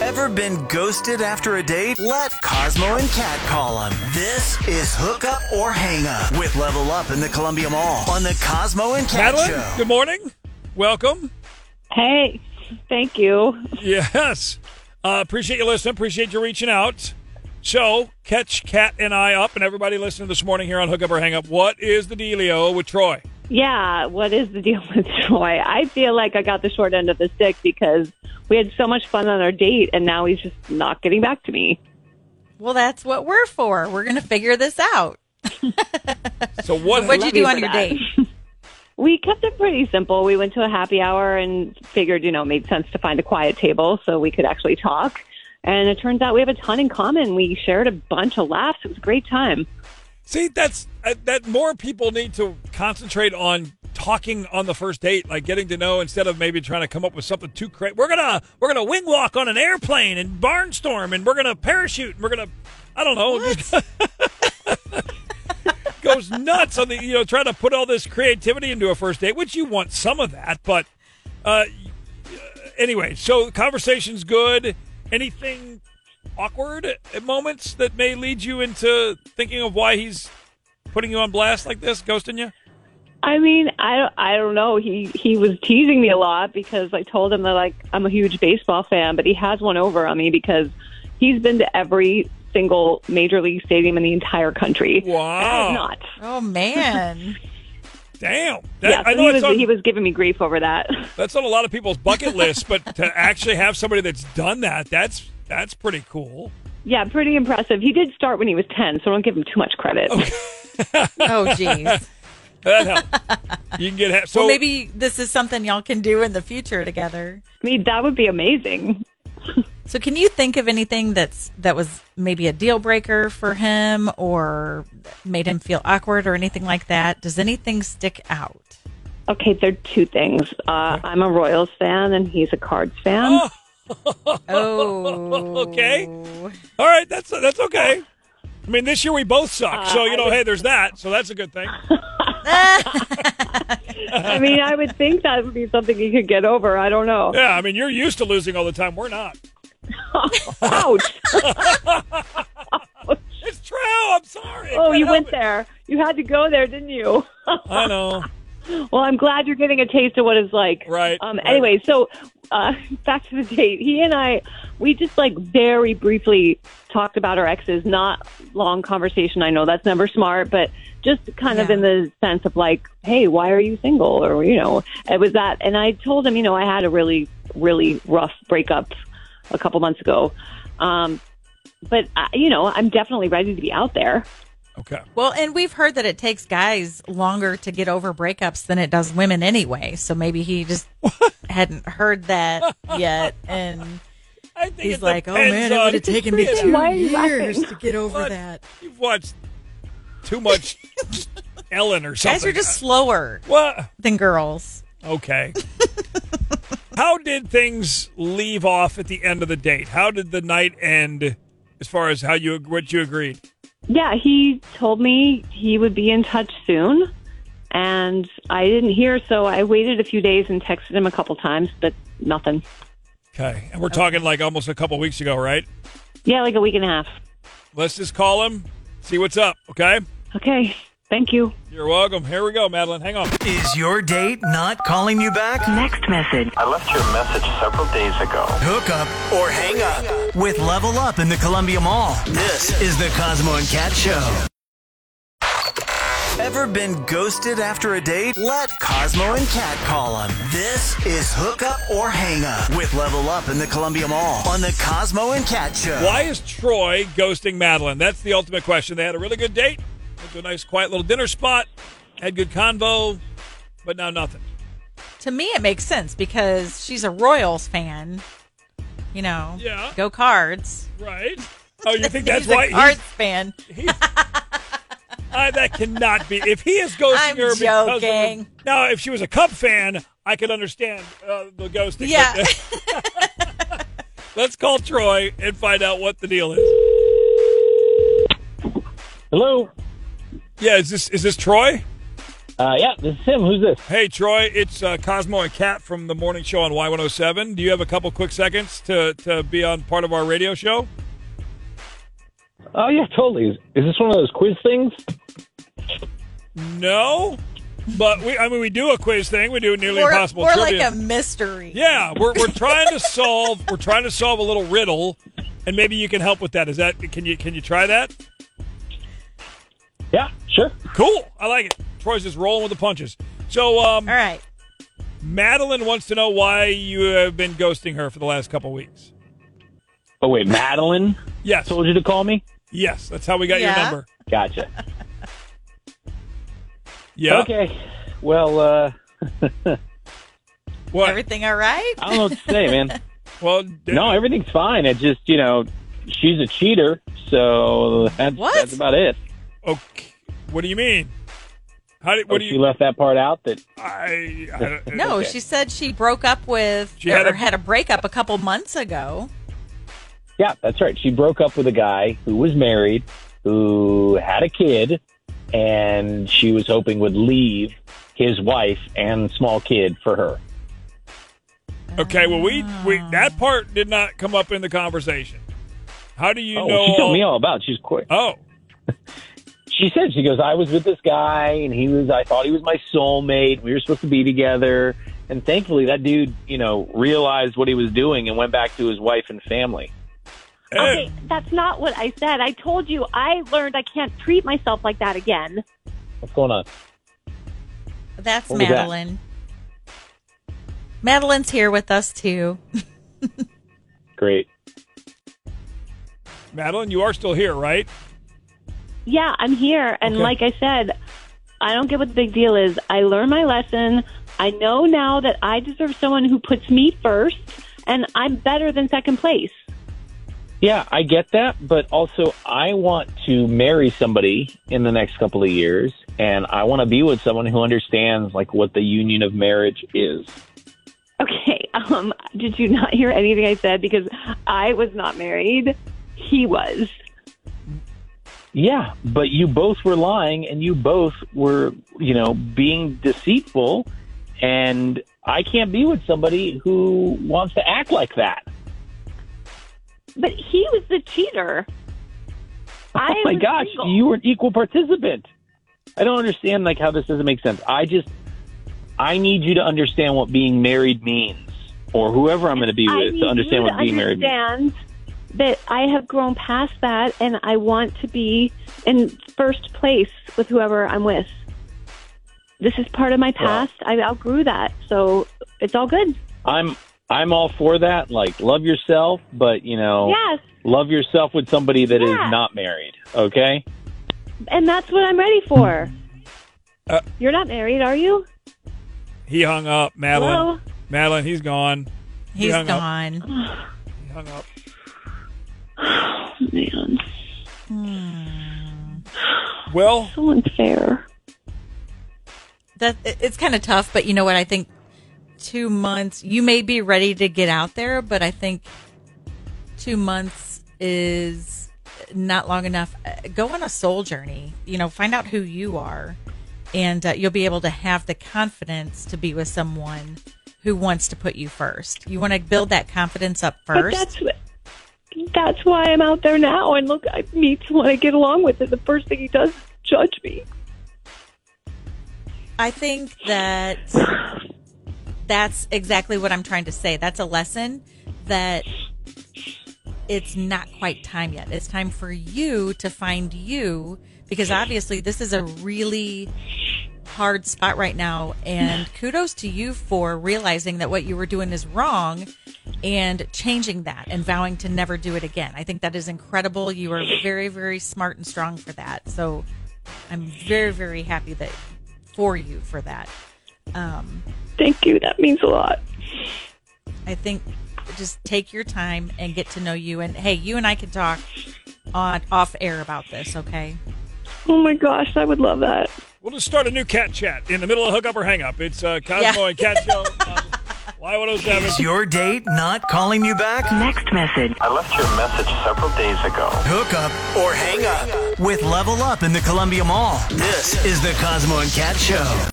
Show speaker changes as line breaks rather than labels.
Ever been ghosted after a date? Let Cosmo and Cat call him. This is Hook Up or Hang Up with Level Up in the Columbia Mall on the Cosmo and Cat
Madeline,
Show.
good morning. Welcome.
Hey, thank you.
Yes. Uh, appreciate you listening. Appreciate you reaching out. So, catch Kat and I up, and everybody listening this morning here on Hook Up or Hang Up. What is the dealio with Troy?
Yeah, what is the deal with Troy? I feel like I got the short end of the stick because we had so much fun on our date and now he's just not getting back to me.
Well, that's what we're for. We're going to figure this out.
So, what?
What'd you
you
do on
for
your
that.
date?
We kept it pretty simple. We went to a happy hour and figured, you know, it made sense to find a quiet table so we could actually talk. And it turns out we have a ton in common. We shared a bunch of laughs. It was a great time.
see, that's uh, that more people need to concentrate on talking on the first date, like getting to know, instead of maybe trying to come up with something too crazy. We're gonna we're gonna wing walk on an airplane and barnstorm, and we're gonna parachute, and we're gonna I don't know. just- goes nuts on the you know trying to put all this creativity into a first date, which you want some of that, but uh, anyway. So conversation's good. Anything awkward at moments that may lead you into thinking of why he's putting you on blast like this, ghosting you?
I mean, I don't, I don't know. He he was teasing me a lot because I told him that like I'm a huge baseball fan, but he has one over on me because he's been to every single major league stadium in the entire country. And I
Wow!
have not.
Oh, man.
Damn. That,
yeah, so
I know
he
it's
was
on,
he was giving me grief over that.
that's on a lot of people's bucket lists, but to actually have somebody that's done that, that's that's pretty cool.
yeah, pretty impressive. He did start when he was ten, so don't give him too much credit.
Oh, geez.
That helps. you can get ha- so
Well, maybe this is something y'all can do in the future together.
I mean, that would be amazing.
So, can you think of anything that's that was maybe a deal breaker for him, or made him feel awkward, or anything like that? Does anything stick out?
Okay, there are two things. Uh, I'm a Royals fan, and he's a Cards fan.
Oh,
Okay. All right, that's that's okay. I mean, this year we both suck,
Uh,
so you know, hey, there's that. So that's a good thing.
Oh.
I mean, I would think that would be something he could get over. I don't know.
Yeah, I mean, you're used to losing all the time. We're not.
Ouch.
It's true. I'm sorry. I
Oh,
can't
you
help
went
it.
there. You had to go there, didn't you?
I know.
well, I'm glad you're getting a taste of what it's like.
Right,
Um.
right.
Anyway, so uh, back to the date. He and I, we just like very briefly talked about our exes. Not long conversation. I know that's never smart, but just kind of
Yeah.
in the sense of like, hey, why are you single? Or you know, it was that. And I told him, you know, I had a really, really rough breakup a couple months ago. Um. But I, you know, I'm definitely ready to be out there.
Okay.
Well, and we've heard that it takes guys longer to get over breakups than it does women anyway. So maybe he just hadn't heard that yet. And
I think
he's
it
like, oh
depends
man, it
on-
would have taken me
freaking
two
why are you
years
laughing?
to get over
What? Oh
that.
You've watched too much Ellen or something.
Guys are just slower
what?
than girls.
Okay. How did things leave off at the end of the date? How did the night end? As far as how you what you agreed.
Yeah, he told me he would be in touch soon, and I didn't hear, so I waited a few days and texted him a couple times, but nothing.
Okay, and we're talking like almost a couple weeks ago, right?
Yeah, like a week and a half.
Let's just call him, see what's up. Okay.
Okay, thank you.
You're welcome. Here we go, Madeline. Hang on.
Is your date not calling you back?
Next message.
I left your message several days ago.
Hook Up or Hang Up with Level Up in the Columbia Mall. This is the Cosmo and Cat Show. Ever been ghosted after a date? Let Cosmo and Cat call him. This is Hook Up or Hang Up with Level Up in the Columbia Mall on the Cosmo and Cat Show.
Why is Troy ghosting Madeline? That's the ultimate question. They had a really good date, went to a nice, quiet little dinner spot, had good convo, but now nothing.
To me, it makes sense because she's a Royals fan. You know,
Yeah.
go cards.
Right? Oh, you think that's
He's a
why?
Cards fan.
I, that cannot be. If he is ghosting
I'm
her because of her-
joking.
now, if she was a Cub fan, I could understand uh, the ghosting. but- uh,
Yeah.
Let's call Troy and find out what the deal is.
Hello.
Yeah, is this is this Troy?
Uh, yeah, this is him. Who's this?
Hey, Troy, it's uh, Cosmo and Kat from the morning show on Y107. Do you have a couple quick seconds to, to be on part of our radio show?
Oh yeah, totally. Is, is this one of those quiz things?
No, but we I mean we do a quiz thing. We do nearly
Or,
impossible
or like
trivia.
a mystery.
yeah, we're, we're trying to solve we're trying to solve a little riddle, and maybe you can help with that. Is that can you can you try that?
Yeah, sure.
Cool, I like it. Troy's just rolling with the punches. So um,
All right.
Madeline wants to know why you have been ghosting her for the last couple weeks.
Oh wait, Madeline
Yes,
told you to call me.
yes, that's how we got
Yeah.
your number.
Gotcha.
Yeah.
Okay. Well, uh,
What?
Everything all right?
I don't know what to say, man.
well,
No, everything's fine. It just you know she's a cheater, so that's,
What?
that's about it.
Okay. What do you mean? How do, what
Oh,
do
she
you?
left that part out. That
I, I don't-
No,
Okay.
she said she broke up with
She
or
had
had
a-
a, breakup a couple months ago.
yeah, that's right. She broke up with a guy who was married, who had a kid, and she was hoping would leave his wife and small kid for her.
Okay. Well, we we that part did not come up in the conversation. How do you
oh,
know?
she told
all-
me all about. it. She's quick.
Oh,
she said she goes i was with this guy and he was i thought he was my soulmate we were supposed to be together and thankfully that dude you know realized what he was doing and went back to his wife and family
eh,
Okay, that's not what I said. I told you I learned I can't treat myself like that again.
what's going on
That's
What was that?
Madeline. Madeline's here with us too.
great
Madeline, you are still here, right?
Yeah, I'm here. And
Okay.
like I said, I don't get what the big deal is. I learned my lesson. I know now that I deserve someone who puts me first, and I'm better than second place.
yeah i get that but also i want to marry somebody in the next couple of years and i want to be with someone who understands like what the union of marriage is
Okay, um, did you not hear anything I said? Because I was not married, he was.
Yeah, but you both were lying and you both were, you know, being deceitful. And I can't be with somebody who wants to act like that.
But he was the cheater. I
oh my
was
gosh,
single.
you were an equal participant. I don't understand like how this doesn't make sense. I just I need you to understand what being married means or whoever I'm going to be
I
with
need
to understand
you
what
to
being married means.
understand that I have grown past that, and I want to be in first place with whoever I'm with. This is part of my past. I outgrew that, so it's all good.
I'm I'm all for that. Like love yourself, but you know,
Yes,
love yourself with somebody that is
Yeah.
not married, okay?
and that's what I'm ready for.
Uh,
You're not married, are you?
He hung up, Madeline.
Hello?
Madeline, he's gone. He
He's
hung up.
gone.
He hung up.
Man,
Well,
so unfair.
That it- it's kind of tough, but you know what? I think two months. You may be ready to get out there, but I think two months is not long enough. Uh, Go on a soul journey. You know, find out who you are, and uh, you'll be able to have the confidence to be with someone who wants to put you first. You want to build that confidence up
But
first.
that's that's why I'm out there now. And look, I meet someone I get along with, and the first thing he does is judge me.
I think that that's exactly what I'm trying to say. That's a lesson that it's not quite time yet. It's time for you to find you because obviously this is a really hard spot right now and kudos to you for realizing that what you were doing is wrong and changing that and vowing to never do it again. I think that is incredible. You are very very smart and strong for that. So I'm very very happy that for you for that. Um,
Thank you. That means a lot.
I think just take your time and get to know you. And hey, you and I can talk on off air about this, okay?
Oh my gosh, I would love that.
We'll just start a new cat chat in the middle of hook up or hang up. It's uh, Cosmo
Yeah.
and Cat Show. on Y107.
Is your date not calling you back?
I left your message several days ago.
Hook up or hang up. with Level Up in the Columbia Mall. This is the Cosmo and Cat Show.